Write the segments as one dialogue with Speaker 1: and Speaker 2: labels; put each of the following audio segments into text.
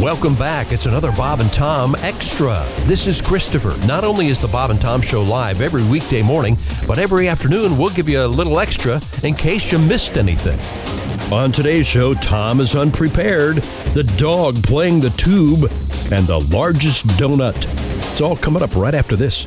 Speaker 1: Welcome back. It's another Bob and Tom Extra. This is Christopher. Not only is the Bob and Tom Show live every weekday morning, but every afternoon we'll give you a little extra in case you missed anything. On today's show, Tom is unprepared, the dog playing the tube, and the largest donut. It's all coming up right after this.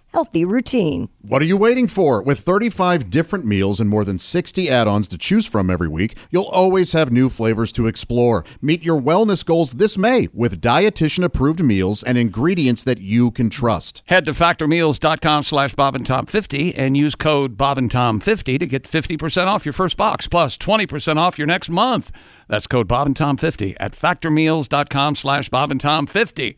Speaker 2: healthy routine.
Speaker 3: What are you waiting for? With 35 different meals and more than 60 add ons to choose from every week, you'll always have new flavors to explore. Meet your wellness goals this May with dietitian approved meals and ingredients that you can trust.
Speaker 4: Head to factormeals.com slash Bob and Tom 50 and use code Bob and Tom 50 to get 50% off your first box plus 20% off your next month. That's code Bob and Tom 50 at factormeals.com slash Bob and Tom 50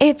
Speaker 5: If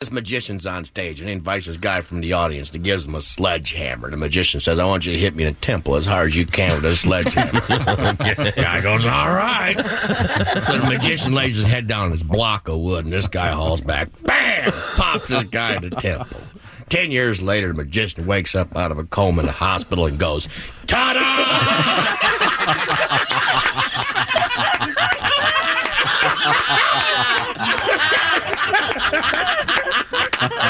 Speaker 6: this magician's on stage and he invites this guy from the audience and gives him a sledgehammer. The magician says, I want you to hit me in the temple as hard as you can with a sledgehammer. okay. Guy goes, All right. so the magician lays his head down on his block of wood and this guy hauls back, bam, pops this guy in the temple. Ten years later, the magician wakes up out of a coma in the hospital and goes, Ta da!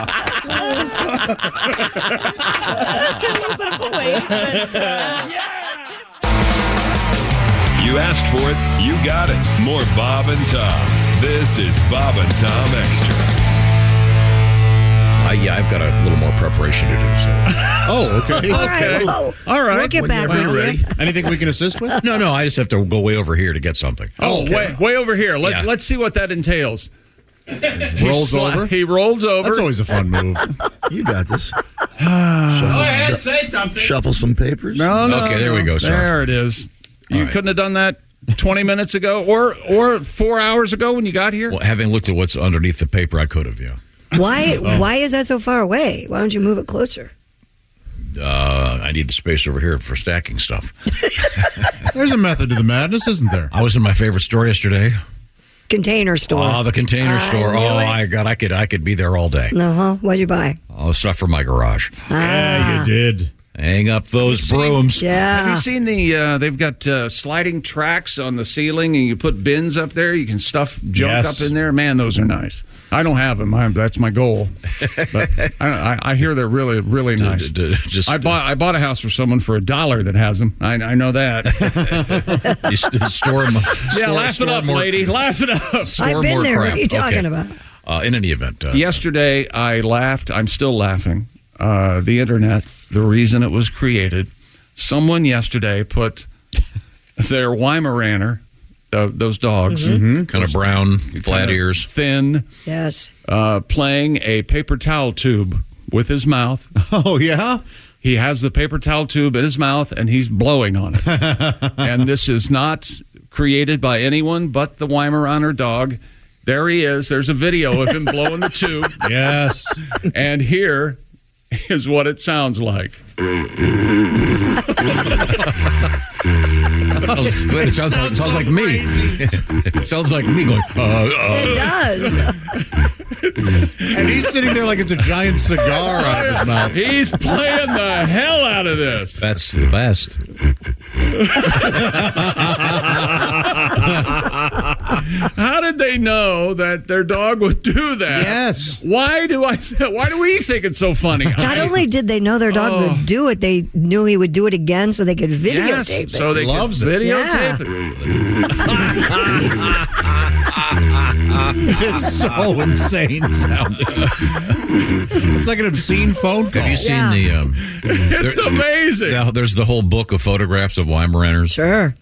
Speaker 7: You asked for it, you got it. More Bob and Tom. This is Bob and Tom Extra.
Speaker 8: I, Uh, yeah, I've got a little more preparation to do. So,
Speaker 3: Oh, okay.
Speaker 9: All right. Well,
Speaker 4: All right.
Speaker 9: We'll get back with you.
Speaker 3: Anything we can assist with?
Speaker 8: no, no, I just have to go way over here to get something.
Speaker 4: Oh, way, way over here. Let,
Speaker 8: Yeah.
Speaker 4: Let's see what that entails.
Speaker 3: Rolls
Speaker 4: Sli-
Speaker 3: over.
Speaker 4: He rolls over.
Speaker 3: That's always a fun move.
Speaker 10: You got this.
Speaker 4: Go ahead, say something.
Speaker 10: Shuffle some papers.
Speaker 4: No, no.
Speaker 8: Okay, there
Speaker 4: no.
Speaker 8: we go, sir.
Speaker 4: There it is. You
Speaker 8: right.
Speaker 4: couldn't have done that 20 minutes ago or or four hours ago when you got here.
Speaker 8: Well, having looked at what's underneath the paper, I could have. Yeah,
Speaker 9: Why? Why is that so far away? Why don't you move it closer?
Speaker 8: uh, I need the space over here for stacking stuff.
Speaker 3: There's a method to the madness, isn't there?
Speaker 8: I was in my favorite store yesterday.
Speaker 9: Container store.
Speaker 1: Uh,
Speaker 8: Oh, the container
Speaker 9: I
Speaker 8: store.
Speaker 9: knew
Speaker 8: Oh
Speaker 9: it.
Speaker 8: my God, I could I could be there all day.
Speaker 9: no, huh? Uh-huh. What'd you buy?
Speaker 8: Oh, stuff for my garage.
Speaker 9: Ah.
Speaker 3: Yeah, you did.
Speaker 8: Hang up those brooms.
Speaker 4: Have you
Speaker 9: Yeah.
Speaker 4: seen the? Uh, they've got uh, sliding tracks on the ceiling, and you put bins up there. You can stuff junk
Speaker 3: Yes.
Speaker 4: up in there. Man, those are nice. I don't have them. I, that's my goal. But I, I, I hear they're really, really nice.
Speaker 8: d- just- uh,
Speaker 4: I bought I bought a house for someone for a dollar that has them. I, I know that.
Speaker 8: You s- store 'em-
Speaker 4: yeah,
Speaker 8: store-
Speaker 4: laugh it
Speaker 8: store
Speaker 4: up,
Speaker 8: more-
Speaker 4: lady. Laugh it up.
Speaker 8: store
Speaker 9: I've been
Speaker 8: more
Speaker 9: there.
Speaker 8: crap.
Speaker 9: What are you talking
Speaker 8: Okay.
Speaker 9: about?
Speaker 8: Uh, in any event, uh,
Speaker 4: Yesterday, I laughed. I'm still laughing. Uh, the internet, the reason it was created, someone yesterday put their Weimaraner, uh, those dogs,
Speaker 8: kind of brown, Mm-hmm. flat ears.
Speaker 4: thin,
Speaker 9: Yes.
Speaker 4: uh, playing a paper towel tube with his mouth.
Speaker 3: Oh, yeah?
Speaker 4: He has the paper towel tube in his mouth and he's blowing on it. and this is not created by anyone but the Weimaraner dog. There he is. There's a video of him blowing the tube.
Speaker 3: Yes.
Speaker 4: And here is what it sounds like.
Speaker 8: It sounds, like, sounds like me. It sounds like me going. Uh, uh.
Speaker 9: does.
Speaker 3: And he's sitting there like it's a giant cigar out of his mouth.
Speaker 4: He's playing the hell out of this.
Speaker 8: That's the best.
Speaker 4: How did they know that their dog would do that?
Speaker 3: Yes.
Speaker 4: Why do I? why do we think it's so funny?
Speaker 9: Not only did they know their dog would do it, they knew he would do it again, so they could videotape
Speaker 4: Yes,
Speaker 9: it.
Speaker 4: So they
Speaker 3: Loves
Speaker 4: could
Speaker 3: it.
Speaker 4: videotape
Speaker 3: It's so insane sounding. It's like an obscene phone call.
Speaker 8: Have you seen the? Um,
Speaker 4: it. It's
Speaker 8: there-
Speaker 4: amazing.
Speaker 8: Now, there's the whole book of photographs of Weimaraners.
Speaker 9: Sure.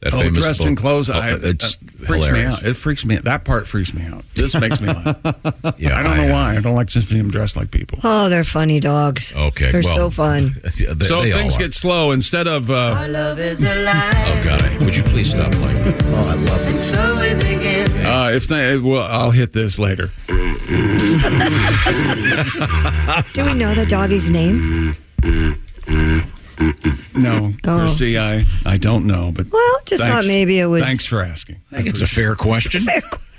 Speaker 8: That
Speaker 4: Oh,
Speaker 8: famous
Speaker 4: dressed
Speaker 8: book.
Speaker 4: in clothes.
Speaker 8: Oh,
Speaker 4: I,
Speaker 8: it's
Speaker 4: it freaks me
Speaker 8: hilarious.
Speaker 4: out. It freaks me out. That part freaks me out. This makes me laugh.
Speaker 8: Yeah,
Speaker 4: I don't know why. I don't like seeing them dressed like people.
Speaker 9: Oh, they're funny dogs.
Speaker 8: Okay,
Speaker 9: They're
Speaker 8: well,
Speaker 9: so fun.
Speaker 8: yeah, they,
Speaker 4: so
Speaker 8: they all
Speaker 4: things
Speaker 8: are.
Speaker 4: get slow. Instead of uh,
Speaker 8: Oh God! I- Would you please stop playing?
Speaker 4: uh, if they, well, I'll hit this later.
Speaker 9: Do we know the doggy's name?
Speaker 4: No, Christy, I I don't know, but
Speaker 9: Oh. Well, just thought maybe it was-
Speaker 4: Thanks for asking.
Speaker 8: I think it's a fair question.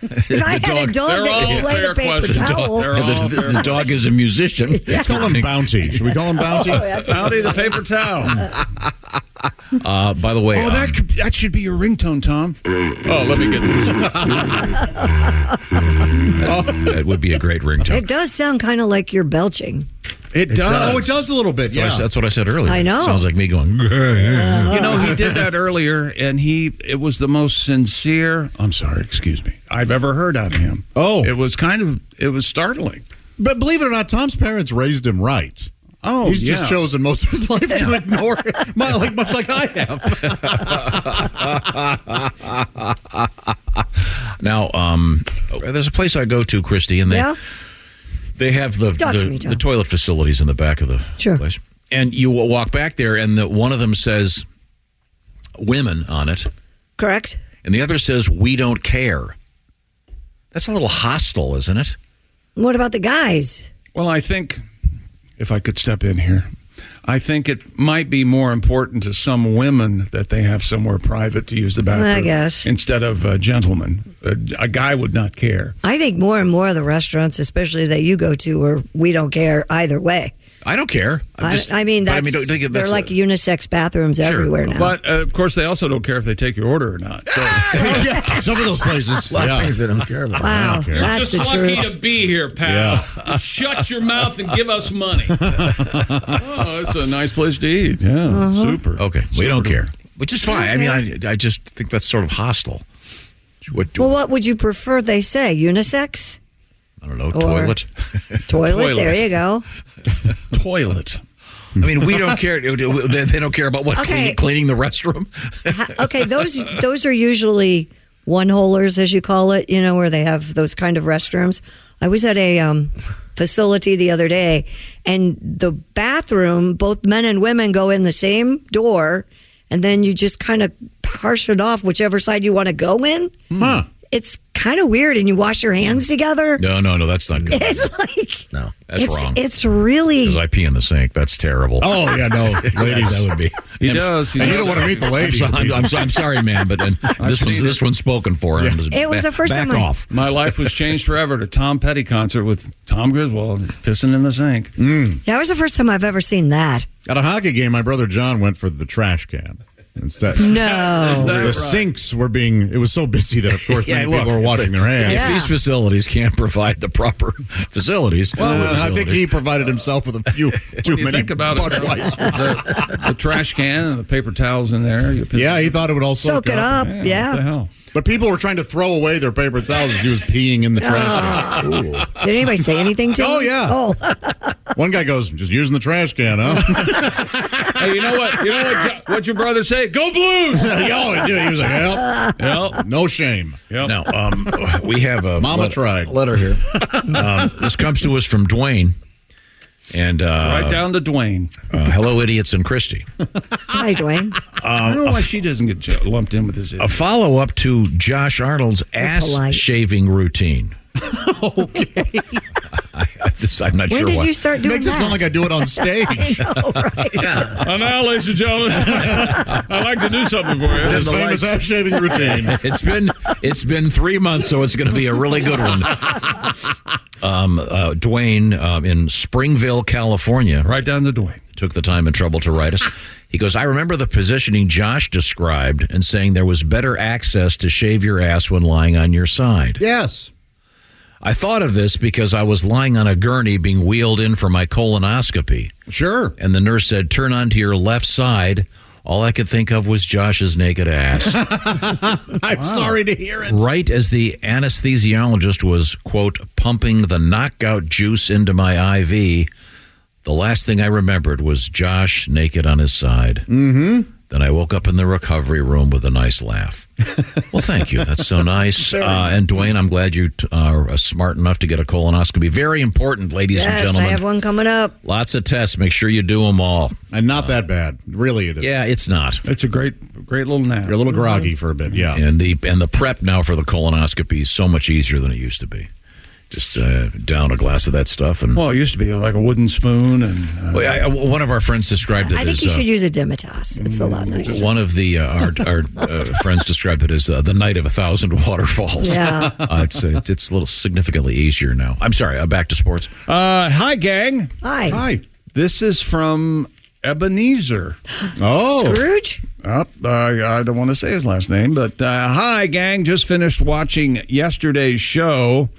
Speaker 9: If I had a dog
Speaker 4: They're
Speaker 9: that
Speaker 4: all
Speaker 9: could play
Speaker 4: fair
Speaker 9: the paper
Speaker 4: questions.
Speaker 9: towel.
Speaker 4: They're all
Speaker 8: the, the-
Speaker 4: fair.
Speaker 8: the dog is a musician.
Speaker 3: Let's call him Bounty. Should we call him Bounty?
Speaker 4: Howdy, the paper towel.
Speaker 8: Uh, by the way,
Speaker 4: Oh,
Speaker 8: um,
Speaker 4: that could, that should be your ringtone, Tom. Oh, let me get this.
Speaker 8: that um, would be a great ringtone.
Speaker 9: It does sound kind of like you're belching.
Speaker 4: It
Speaker 3: Oh, it does a little bit,
Speaker 8: So I-
Speaker 3: yeah.
Speaker 8: That's what I said earlier.
Speaker 9: I know.
Speaker 8: It sounds like me going.
Speaker 4: You know, he did that earlier, and he it was the most sincere. I'm sorry, excuse me. I've ever heard out of him.
Speaker 3: Oh.
Speaker 4: it was kind of it was startling.
Speaker 3: But believe it or not, Tom's parents raised him right.
Speaker 4: Oh,
Speaker 3: He's just
Speaker 4: yeah.
Speaker 3: chosen most of his life to ignore it, My- like, much like I have.
Speaker 8: Now, um, there's a place I go to, Christy, and they
Speaker 9: Yeah?
Speaker 8: they have the
Speaker 9: Talk to
Speaker 8: the,
Speaker 9: me, Tom.
Speaker 8: the toilet facilities in the back of the
Speaker 9: Sure.
Speaker 8: place, and you will walk back there, and the, one of them says "women" on it,
Speaker 9: Correct?
Speaker 8: and the other says "we don't care." That's a little hostile, isn't it?
Speaker 9: What about the guys?
Speaker 4: Well, I think if I could step in here, I think it might be more important to some women that they have somewhere private to use the bathroom.
Speaker 9: I guess.
Speaker 4: instead of a gentleman, a, a guy would not care.
Speaker 9: I think more and more of the restaurants, especially that you go to, are we don't care either way.
Speaker 8: I don't care. I'm
Speaker 9: I,
Speaker 8: just-
Speaker 9: I mean,
Speaker 8: but
Speaker 9: that's,
Speaker 8: don't think
Speaker 9: they're
Speaker 8: that's a-
Speaker 9: like unisex bathrooms everywhere now.
Speaker 4: But uh, of course, they also don't care if they take your order or not. So
Speaker 3: yeah, some of those places.
Speaker 10: A lot of
Speaker 3: yeah.
Speaker 10: things I don't care about.
Speaker 9: wow, that's the truth.
Speaker 4: to be here, pal. Shut your mouth and give us money. oh, it's a nice place to eat. Uh-huh. Yeah, super.
Speaker 8: okay. We don't care, which is fine. I
Speaker 9: Okay.
Speaker 8: mean, I, I just think that's sort of hostile. What?
Speaker 9: Well, what would you prefer they say? Unisex?
Speaker 8: I don't know. Toilet.
Speaker 9: Toilet?
Speaker 4: Toilet.
Speaker 9: There you go.
Speaker 4: Toilet.
Speaker 8: I mean, we don't care. They they don't care about what
Speaker 9: Okay.
Speaker 8: cleaning, cleaning the restroom.
Speaker 9: Ha- okay, those those are usually one holers, as you call it, you know, where they have those kind of restrooms. I was at a um, facility the other day, and the bathroom, both men and women go in the same door, and then you just kind of parse it off whichever side you want to go in.
Speaker 8: Hmm.
Speaker 3: Huh.
Speaker 9: It's kind of weird, and you wash your hands together.
Speaker 8: No, no, no. That's not good.
Speaker 9: It's like
Speaker 10: No.
Speaker 8: That's
Speaker 9: it's,
Speaker 8: wrong.
Speaker 9: It's really
Speaker 8: Because I pee in the sink. That's terrible.
Speaker 3: Oh, yeah, no.
Speaker 8: Ladies, that
Speaker 3: Ladies.
Speaker 8: would be.
Speaker 4: He does. He
Speaker 3: And you
Speaker 4: does.
Speaker 3: don't want to meet the lady.
Speaker 8: I'm, I'm, I'm, I'm sorry, man, but then this one's
Speaker 4: seen
Speaker 8: this one's spoken for. and
Speaker 9: It was
Speaker 8: ba-
Speaker 9: the first
Speaker 8: back
Speaker 9: time I-
Speaker 8: off.
Speaker 4: My life was changed forever to Tom Petty concert with Tom Griswold pissing in the sink.
Speaker 9: that was the first time I've ever seen that.
Speaker 3: At a hockey game, my brother John went for the trash can instead.
Speaker 9: No,
Speaker 3: The sinks were being, it was so busy that, of course,
Speaker 8: Yeah,
Speaker 3: many
Speaker 8: look,
Speaker 3: people were washing their hands.
Speaker 9: Yeah.
Speaker 8: If these facilities can't provide the proper facilities,
Speaker 3: Uh, I think he provided himself with a few too
Speaker 4: you
Speaker 3: many
Speaker 4: think about it,
Speaker 3: Budweisers.
Speaker 4: The, the trash can and the paper towels in there. You piss-
Speaker 3: Yeah, he thought it would all soak,
Speaker 9: soak it up.
Speaker 4: Man, What the
Speaker 9: Yeah.
Speaker 4: hell?
Speaker 3: But people were trying to throw away their paper towels as he was peeing in the trash can.
Speaker 9: Did anybody say anything to
Speaker 3: Oh,
Speaker 9: you?
Speaker 3: yeah.
Speaker 9: Oh.
Speaker 3: One guy goes, just using the trash can, huh?
Speaker 4: Hey, you know what? You know what? What your brother say? Go Blues.
Speaker 9: Uh,
Speaker 3: oh, he was like, yep,
Speaker 4: Yep.
Speaker 3: no shame.
Speaker 4: Yep.
Speaker 8: now um, we have a
Speaker 3: Mama
Speaker 8: let-
Speaker 3: tried.
Speaker 8: letter here. Um, this comes to us from Dwayne. and uh,
Speaker 4: Right down to Dwayne.
Speaker 8: Uh, hello, idiots and Christie.
Speaker 9: Hi, Dwayne.
Speaker 4: I don't know why she doesn't get ju- lumped in with this.
Speaker 8: A follow up to Josh Arnold's ass
Speaker 4: polite.
Speaker 8: shaving routine. okay. I, this, I'm not
Speaker 4: When
Speaker 8: sure
Speaker 4: did
Speaker 8: why.
Speaker 4: you start doing Makes it sound that? like I do it on stage. I know, right?
Speaker 8: Yeah.
Speaker 4: And now, ladies and gentlemen, I'd like to do something for you.
Speaker 8: It's in the lights. it's been it's been three months, so it's going to be a really good one. Um, uh, Dwayne um, in Springville, California,
Speaker 4: right down the Dwayne
Speaker 8: took the time and trouble to write us. He goes, I remember the positioning Josh described and saying there was better access to shave your ass when lying on your side.
Speaker 3: Yes.
Speaker 8: I thought of this because I was lying on a gurney being wheeled in for my colonoscopy.
Speaker 3: Sure.
Speaker 8: And the nurse said, Turn onto your left side. All I could think of was Josh's naked ass.
Speaker 3: I'm sorry to hear it.
Speaker 8: Right as the anesthesiologist was, quote, pumping the knockout juice into my IV, the last thing I remembered was Josh naked on his side. Mm hmm. Then I woke up in the recovery room with a nice laugh. well, thank you. That's so nice. Uh, and Dwayne, I'm glad you t- are uh, smart enough to get a colonoscopy. Very important, ladies
Speaker 9: yes,
Speaker 8: and gentlemen.
Speaker 9: I have one coming up.
Speaker 8: Lots of tests. Make sure you do them all.
Speaker 3: And not that bad. Really, it is.
Speaker 8: Yeah, it's not.
Speaker 4: It's a great, great little nap.
Speaker 3: You're a little groggy for a bit. Yeah.
Speaker 8: And the and the prep now for the colonoscopy is so much easier than it used to be. Just uh, down a glass of that stuff, and
Speaker 4: Well, it used to be like a wooden spoon, and uh,
Speaker 8: Well, I- I- one of our friends described it
Speaker 9: I think
Speaker 8: as
Speaker 9: you
Speaker 8: uh, Mm,
Speaker 9: should use a Dimitas. It's a lot nicer.
Speaker 8: one of the uh, our, our uh, friends described it as uh, the night of a thousand waterfalls.
Speaker 4: Yeah.
Speaker 8: uh, it's uh, it's a little significantly easier now. I'm sorry. Uh, back to sports.
Speaker 4: Uh, hi, gang.
Speaker 9: Hi.
Speaker 3: Hi.
Speaker 4: This is from Ebenezer.
Speaker 3: Oh.
Speaker 9: Scrooge?
Speaker 4: Up, uh, I don't want to say his last name, but uh, hi, gang. Just finished watching yesterday's show.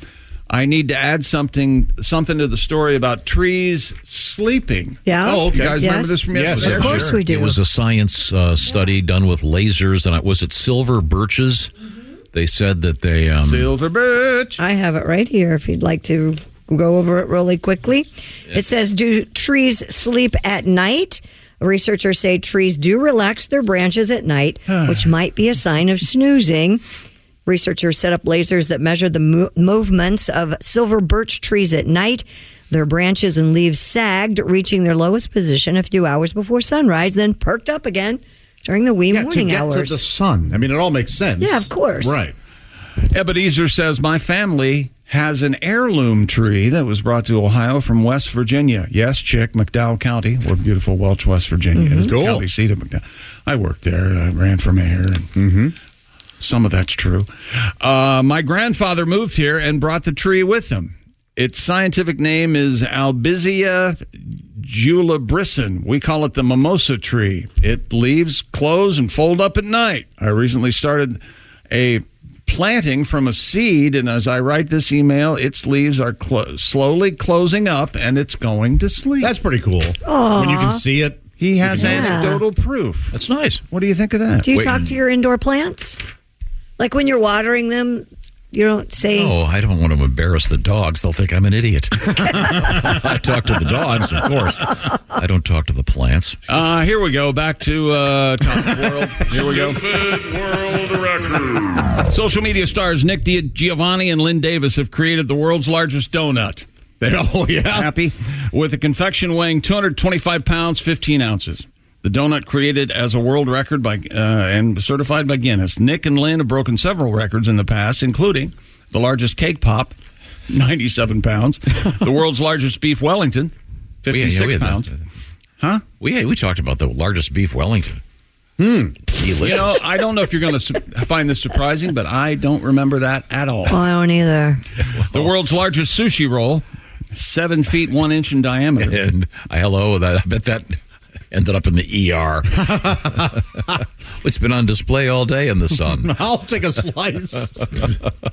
Speaker 4: I need to add something something to the story about trees sleeping.
Speaker 9: Yeah.
Speaker 4: You guys remember this from yesterday?
Speaker 8: It was a science uh, study done with lasers, and it was it silver birches.
Speaker 9: Mm-hmm.
Speaker 8: They said that they um,
Speaker 4: Silver birch.
Speaker 9: I have it right here if you'd like to go over it really quickly. It says Do trees sleep at night? Researchers say trees do relax their branches at night, which might be a sign of snoozing. Researchers set up lasers that measure the mo- movements of silver birch trees at night. Their branches and leaves sagged, reaching their lowest position a few hours before sunrise, then perked up again during the wee
Speaker 3: Yeah, to
Speaker 9: morning
Speaker 3: get
Speaker 9: hours.
Speaker 3: to the sun. I mean, it all makes sense.
Speaker 9: Yeah, of course.
Speaker 3: Right.
Speaker 4: Ebenezer says, My family has an heirloom tree that was brought to Ohio from West Virginia. Yes, Chick, McDowell County, or beautiful Welch, West Virginia. It's the
Speaker 3: Cool.
Speaker 4: county seat of McDowell. I worked there. and I ran for mayor. And Some of that's true. Uh, my grandfather moved here and brought the tree with him. Its scientific name is Albizia julibrissum. We call it the mimosa tree. It leaves close and fold up at night. I recently started a planting from a seed, and as I write this email, its leaves are clo- slowly closing up and it's going to sleep. That's
Speaker 3: pretty cool.
Speaker 9: Aw. When you can
Speaker 3: see it.
Speaker 4: He has
Speaker 9: Yeah.
Speaker 4: anecdotal proof.
Speaker 8: That's nice.
Speaker 4: What do you think of that?
Speaker 9: Do you talk to your indoor plants? Like when you're watering them, you don't say,
Speaker 8: Oh, I don't want to embarrass the dogs. They'll think I'm an idiot. I talk to the dogs, of course. I don't talk to the plants.
Speaker 4: Uh, here we go. Back to uh, Top of the World. Here we go. Social media stars Nick Di- Giovanni and Lynn Davis have created the world's largest donut. They're
Speaker 3: Oh, yeah.
Speaker 4: happy with a confection weighing 225 pounds, 15 ounces. The donut created as a world record by uh, and certified by Guinness. Nick and Lynn have broken several records in the past, including the largest cake pop, 97 pounds, the world's largest beef Wellington, 56
Speaker 8: Oh, we had that.
Speaker 4: pounds. Huh?
Speaker 8: We we talked about the largest beef Wellington.
Speaker 4: Hmm.
Speaker 8: Delicious.
Speaker 4: You know, I don't know if you're going to su- find this surprising, but I don't remember that at all.
Speaker 9: "Oh, I don't either."
Speaker 4: The world's largest sushi roll, seven feet one inch in diameter.
Speaker 8: And I, hello, that, I bet that ended up in the ER. it's been on display all day in the sun.
Speaker 3: I'll take a slice.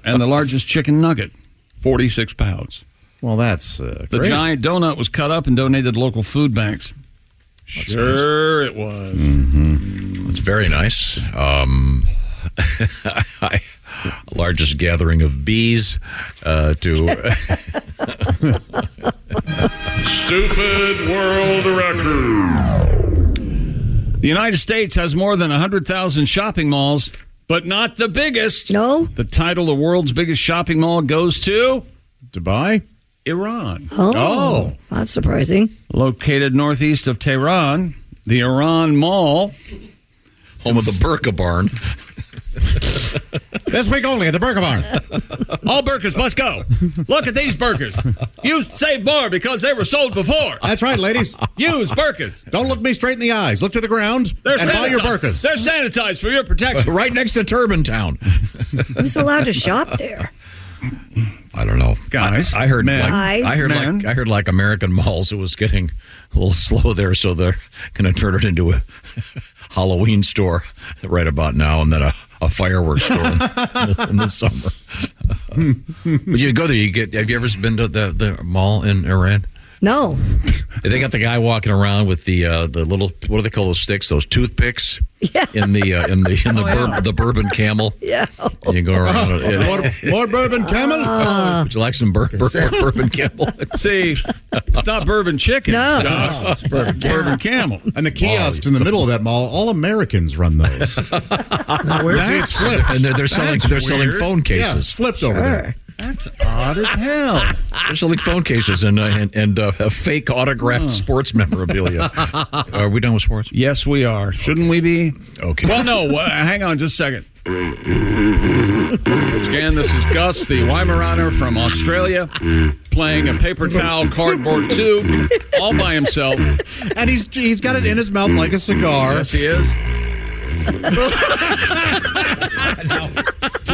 Speaker 4: and the largest chicken nugget, 46 pounds.
Speaker 3: Well, that's uh,
Speaker 4: The
Speaker 3: great.
Speaker 4: giant donut was cut up and donated to local food banks. Sure, it was.
Speaker 8: It's very nice. Um, I, largest gathering of bees uh, to.
Speaker 4: Stupid world record. The United States has more than 100,000 shopping malls, but not the biggest.
Speaker 9: No.
Speaker 4: The title, The World's Biggest Shopping Mall, goes to
Speaker 3: Dubai?
Speaker 4: Iran.
Speaker 9: Oh. Oh. That's surprising.
Speaker 4: Located northeast of Tehran, the Iran Mall.
Speaker 8: Home of the burqa barn.
Speaker 3: this week only at the burqa barn.
Speaker 4: All burkas must go. Look at these burkas. You save more because they were sold before.
Speaker 3: That's right, ladies.
Speaker 4: Use burkas.
Speaker 3: Don't look me straight in the eyes. Look to the ground
Speaker 4: They're
Speaker 3: and buy your
Speaker 4: sanitized.
Speaker 3: burkas.
Speaker 4: They're sanitized for your protection.
Speaker 8: right next to Turban Town.
Speaker 9: Who's allowed to shop there?
Speaker 8: I don't know,
Speaker 4: Guys,
Speaker 8: I, I heard,
Speaker 4: men,
Speaker 8: like,
Speaker 9: Guys.
Speaker 8: I heard
Speaker 4: men.
Speaker 8: like I heard like American malls. It was getting a little slow there, so they're going to turn it into a Halloween store right about now, and then a, a fireworks store in, the- in the summer. but you go there, you get. Have you ever been to the, the mall in Iran?
Speaker 9: No.
Speaker 8: They got the guy walking around with the uh, the little what do they call those sticks? Those toothpicks.
Speaker 9: Yeah.
Speaker 8: In the uh, in the in the, bur- the bourbon camel.
Speaker 9: Yeah.
Speaker 8: And you go around. it.
Speaker 3: More, more bourbon camel?
Speaker 9: Uh.
Speaker 8: Would you like some bur- bur- bourbon camel?
Speaker 4: See, it's not bourbon chicken.
Speaker 9: No.
Speaker 4: Josh. It's bourbon, bourbon camel.
Speaker 3: and the kiosks in the middle of that mall, all Americans run those. See, it's flipped.
Speaker 8: and they're, they're selling
Speaker 4: That's
Speaker 8: they're selling
Speaker 4: weird.
Speaker 8: phone
Speaker 3: Yeah,
Speaker 8: cases.
Speaker 3: it's flipped over there.
Speaker 4: That's odd as hell.
Speaker 8: They're selling phone cases and uh, and, and uh, fake autographed sports memorabilia. Are we done with sports?
Speaker 4: Yes, we are. Shouldn't we be?
Speaker 8: Okay.
Speaker 4: Well, no. Uh, hang on just a second. Again, this is Gus, the Weimaraner from Australia, playing a paper towel cardboard tube all by himself.
Speaker 3: And he's he's got it in his mouth like a
Speaker 8: Mm-hmm.
Speaker 3: cigar.
Speaker 4: Yes, he is.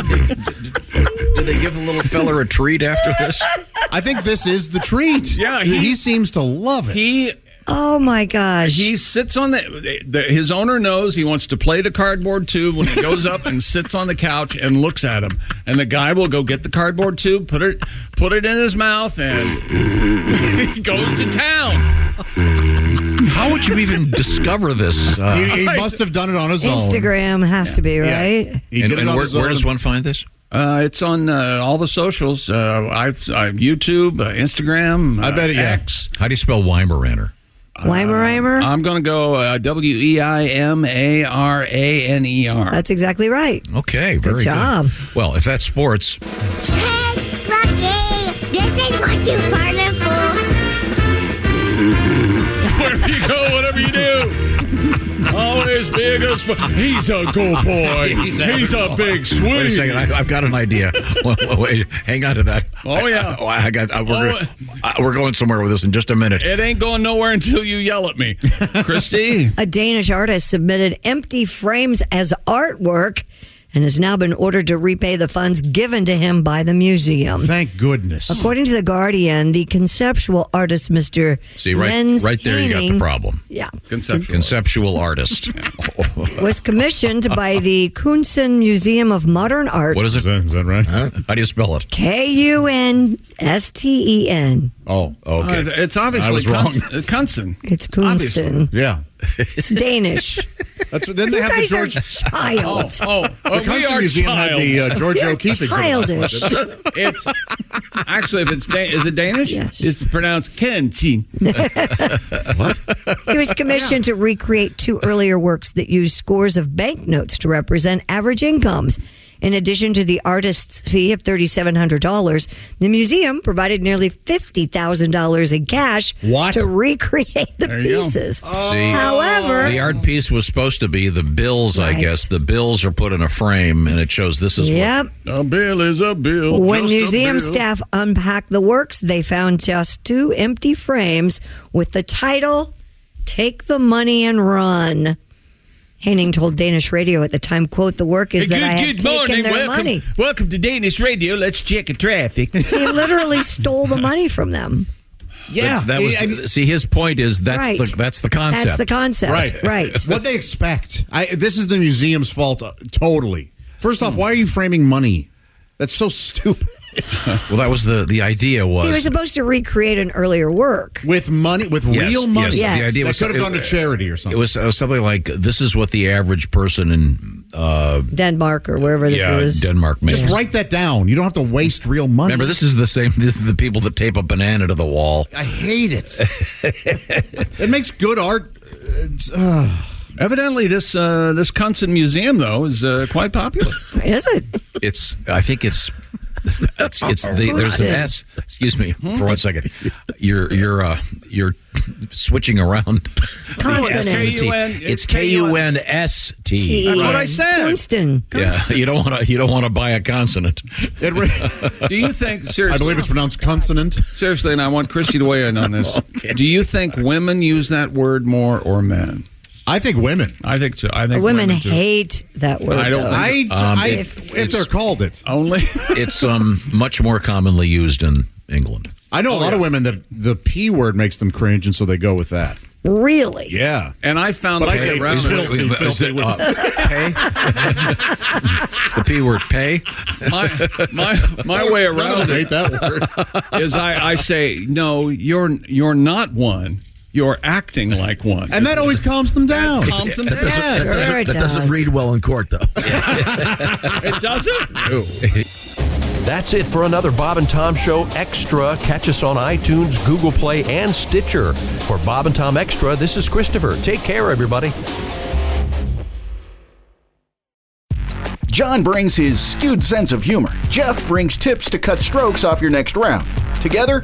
Speaker 8: Did they give the little feller a treat after this?
Speaker 3: I think this is the treat.
Speaker 4: Yeah, he-
Speaker 3: he seems to love it.
Speaker 4: He
Speaker 9: Oh my gosh.
Speaker 4: he sits on the, the his owner knows he wants to play the cardboard tube when he goes up and sits on the couch and looks at him and the guy will go get the cardboard tube put it put it in his mouth and he goes to town
Speaker 8: How would you even discover this? Uh,
Speaker 3: he, he must have done it on his own.
Speaker 9: Instagram has to be,
Speaker 3: Yeah.
Speaker 9: right?
Speaker 3: He
Speaker 8: and
Speaker 3: did
Speaker 8: and
Speaker 3: it on
Speaker 8: where,
Speaker 3: his
Speaker 8: where
Speaker 3: own.
Speaker 8: does one find this?
Speaker 4: uh, it's on uh, all the socials uh, I've, i youtube uh, instagram
Speaker 3: I
Speaker 4: uh,
Speaker 3: bet it, yeah.
Speaker 4: X.
Speaker 8: How do you spell Weimaraner?
Speaker 9: Weimaraner?
Speaker 4: i'm gonna go uh, w-e-i-m-a-r-a-n-e-r
Speaker 9: That's exactly right.
Speaker 8: Okay, very good.
Speaker 9: job.
Speaker 8: Well, if that's sports,
Speaker 11: Hey, Rocky, this is what you farted for.
Speaker 4: wherever you go, whatever you do. Always be a good sport. He's a good boy. He's a, big swing.
Speaker 8: wait a second, I, I've got an idea. Wait, wait, wait, hang on to that.
Speaker 4: Oh, yeah.
Speaker 8: I, I, I got. I, we're,
Speaker 4: Oh,
Speaker 8: gonna- I- we're going somewhere with this in just a minute.
Speaker 4: it ain't going nowhere until you yell at me. Christy,
Speaker 9: A Danish artist submitted empty frames as artwork and has now been ordered to repay the funds given to him by the museum.
Speaker 3: Thank goodness.
Speaker 9: According to The Guardian, the conceptual artist, Mr.
Speaker 8: See, right,
Speaker 9: Jens
Speaker 8: right there, you got the
Speaker 9: Hening-
Speaker 8: problem.
Speaker 9: Yeah.
Speaker 4: conceptual.
Speaker 8: Conceptual artist.
Speaker 9: Was commissioned by the Kunsen Museum of Modern Art.
Speaker 8: What is
Speaker 3: Is
Speaker 8: it?
Speaker 3: that, is that right?
Speaker 8: How do you spell it?
Speaker 9: K U N S T E N.
Speaker 3: Oh,
Speaker 8: Okay.
Speaker 4: It's
Speaker 3: I was
Speaker 4: obviously
Speaker 3: wrong.
Speaker 4: Cunson.
Speaker 9: It's
Speaker 4: Obviously.
Speaker 9: Kunsten.
Speaker 3: yeah.
Speaker 9: It's Danish.
Speaker 3: That's then they
Speaker 9: You
Speaker 3: have the
Speaker 9: guys are
Speaker 3: George.
Speaker 9: child.
Speaker 4: Oh,
Speaker 3: the Country Museum had the uh, George O'Keefe exhibit.
Speaker 9: Childish.
Speaker 4: It's actually if it's Dan- is it Danish?
Speaker 9: Yes.
Speaker 4: It's pronounced Kensin.
Speaker 9: He was commissioned to recreate two earlier works that used scores of banknotes to represent average incomes. In addition to the artist's fee of $3,700, the museum provided nearly $50,000 in cash
Speaker 3: What?
Speaker 9: to recreate the
Speaker 4: you go.
Speaker 9: pieces.
Speaker 8: See,
Speaker 9: However,
Speaker 8: the art piece was supposed to be the bills, I
Speaker 9: Right.
Speaker 8: guess. The bills are put in a frame, and it shows this is what.
Speaker 9: yep,
Speaker 4: A bill is a bill.
Speaker 9: when
Speaker 4: just a
Speaker 9: museum
Speaker 4: bill.
Speaker 9: staff unpacked the works, they found just two empty frames with the title "Take the Money and Run." Haining told Danish radio at the time, "quote The work is
Speaker 4: Good,
Speaker 9: that I have
Speaker 4: good
Speaker 9: taken
Speaker 4: morning.
Speaker 9: their
Speaker 4: Welcome,
Speaker 9: money."
Speaker 4: welcome to Danish radio. Let's check the traffic.
Speaker 9: He literally stole the money from them.
Speaker 8: That's- that was.
Speaker 3: I- I-
Speaker 8: see, his point is that's
Speaker 9: right.
Speaker 8: the that's the concept.
Speaker 9: That's the concept.
Speaker 3: Right.
Speaker 9: Right.
Speaker 3: What they expect. I, this is the museum's fault, uh, totally. First off, why are you framing money? That's so stupid.
Speaker 8: well, that was the the idea was.
Speaker 9: He was supposed to recreate an earlier work.
Speaker 3: With money, with
Speaker 8: Yes,
Speaker 3: real money.
Speaker 8: Yes,
Speaker 9: Yes.
Speaker 8: The idea
Speaker 3: That
Speaker 8: was
Speaker 3: could have
Speaker 8: it-
Speaker 3: gone to charity or
Speaker 8: It
Speaker 3: something.
Speaker 8: was uh, something like this is what the average person in uh,
Speaker 9: Denmark or wherever this
Speaker 8: yeah,
Speaker 9: is.
Speaker 8: Denmark makes.
Speaker 3: Just write that down. You don't have to waste real money.
Speaker 8: Remember, this is the same. This is the people that tape a banana to the wall.
Speaker 3: I hate it. it makes good art. It's, uh,
Speaker 4: Evidently, this uh, this Cunson Museum though is uh, quite popular.
Speaker 9: Is it?
Speaker 8: It's. I think it's It's, it's the, there's an S. Excuse me for one second. You're you're uh, you're switting around.
Speaker 12: Consonants.
Speaker 8: Consonants. It's K U N S T.
Speaker 12: That's what I said.
Speaker 9: Kingston.
Speaker 8: Yeah, you don't want to. You don't want to buy a consonant.
Speaker 4: Do you think seriously?
Speaker 8: I believe it's
Speaker 4: pronounced consonant. Seriously, and I want Christy to weigh in on this. Do you think women use that word more or men? I think women. I think so. I think
Speaker 9: women,
Speaker 4: women, too.
Speaker 9: hate that word.
Speaker 4: I don't
Speaker 9: though.
Speaker 4: think-
Speaker 8: Um,
Speaker 4: I-
Speaker 8: if-
Speaker 4: if
Speaker 8: it's-
Speaker 4: they're
Speaker 3: called it
Speaker 4: only.
Speaker 8: it's um much more commonly used in England.
Speaker 3: I know a lot of women that the P word makes them cringe, and so they go with that.
Speaker 9: Really?
Speaker 3: Yeah.
Speaker 4: And I found
Speaker 3: But
Speaker 4: a
Speaker 3: I
Speaker 4: way
Speaker 3: think
Speaker 4: around
Speaker 3: it's filthy,
Speaker 4: it.
Speaker 3: filthy, wouldn't it?
Speaker 8: pay? the P word, pay.
Speaker 4: My my my way around it is I, I say no. You're you're not one. You're acting like one.
Speaker 3: And that always calms them down.
Speaker 4: calms them down.
Speaker 3: Yeah,
Speaker 4: Sure
Speaker 13: that,
Speaker 4: it
Speaker 13: doesn't, that doesn't
Speaker 4: does.
Speaker 13: read well in court, though.
Speaker 4: it doesn't.
Speaker 1: That's it for another Bob and Tom Show Extra. Catch us on iTunes, Google Play, and Stitcher. For Bob and Tom Extra, this is Christopher. Take care, everybody.
Speaker 5: John brings his skewed sense of humor. Jeff brings tips to cut strokes off your next round. Together,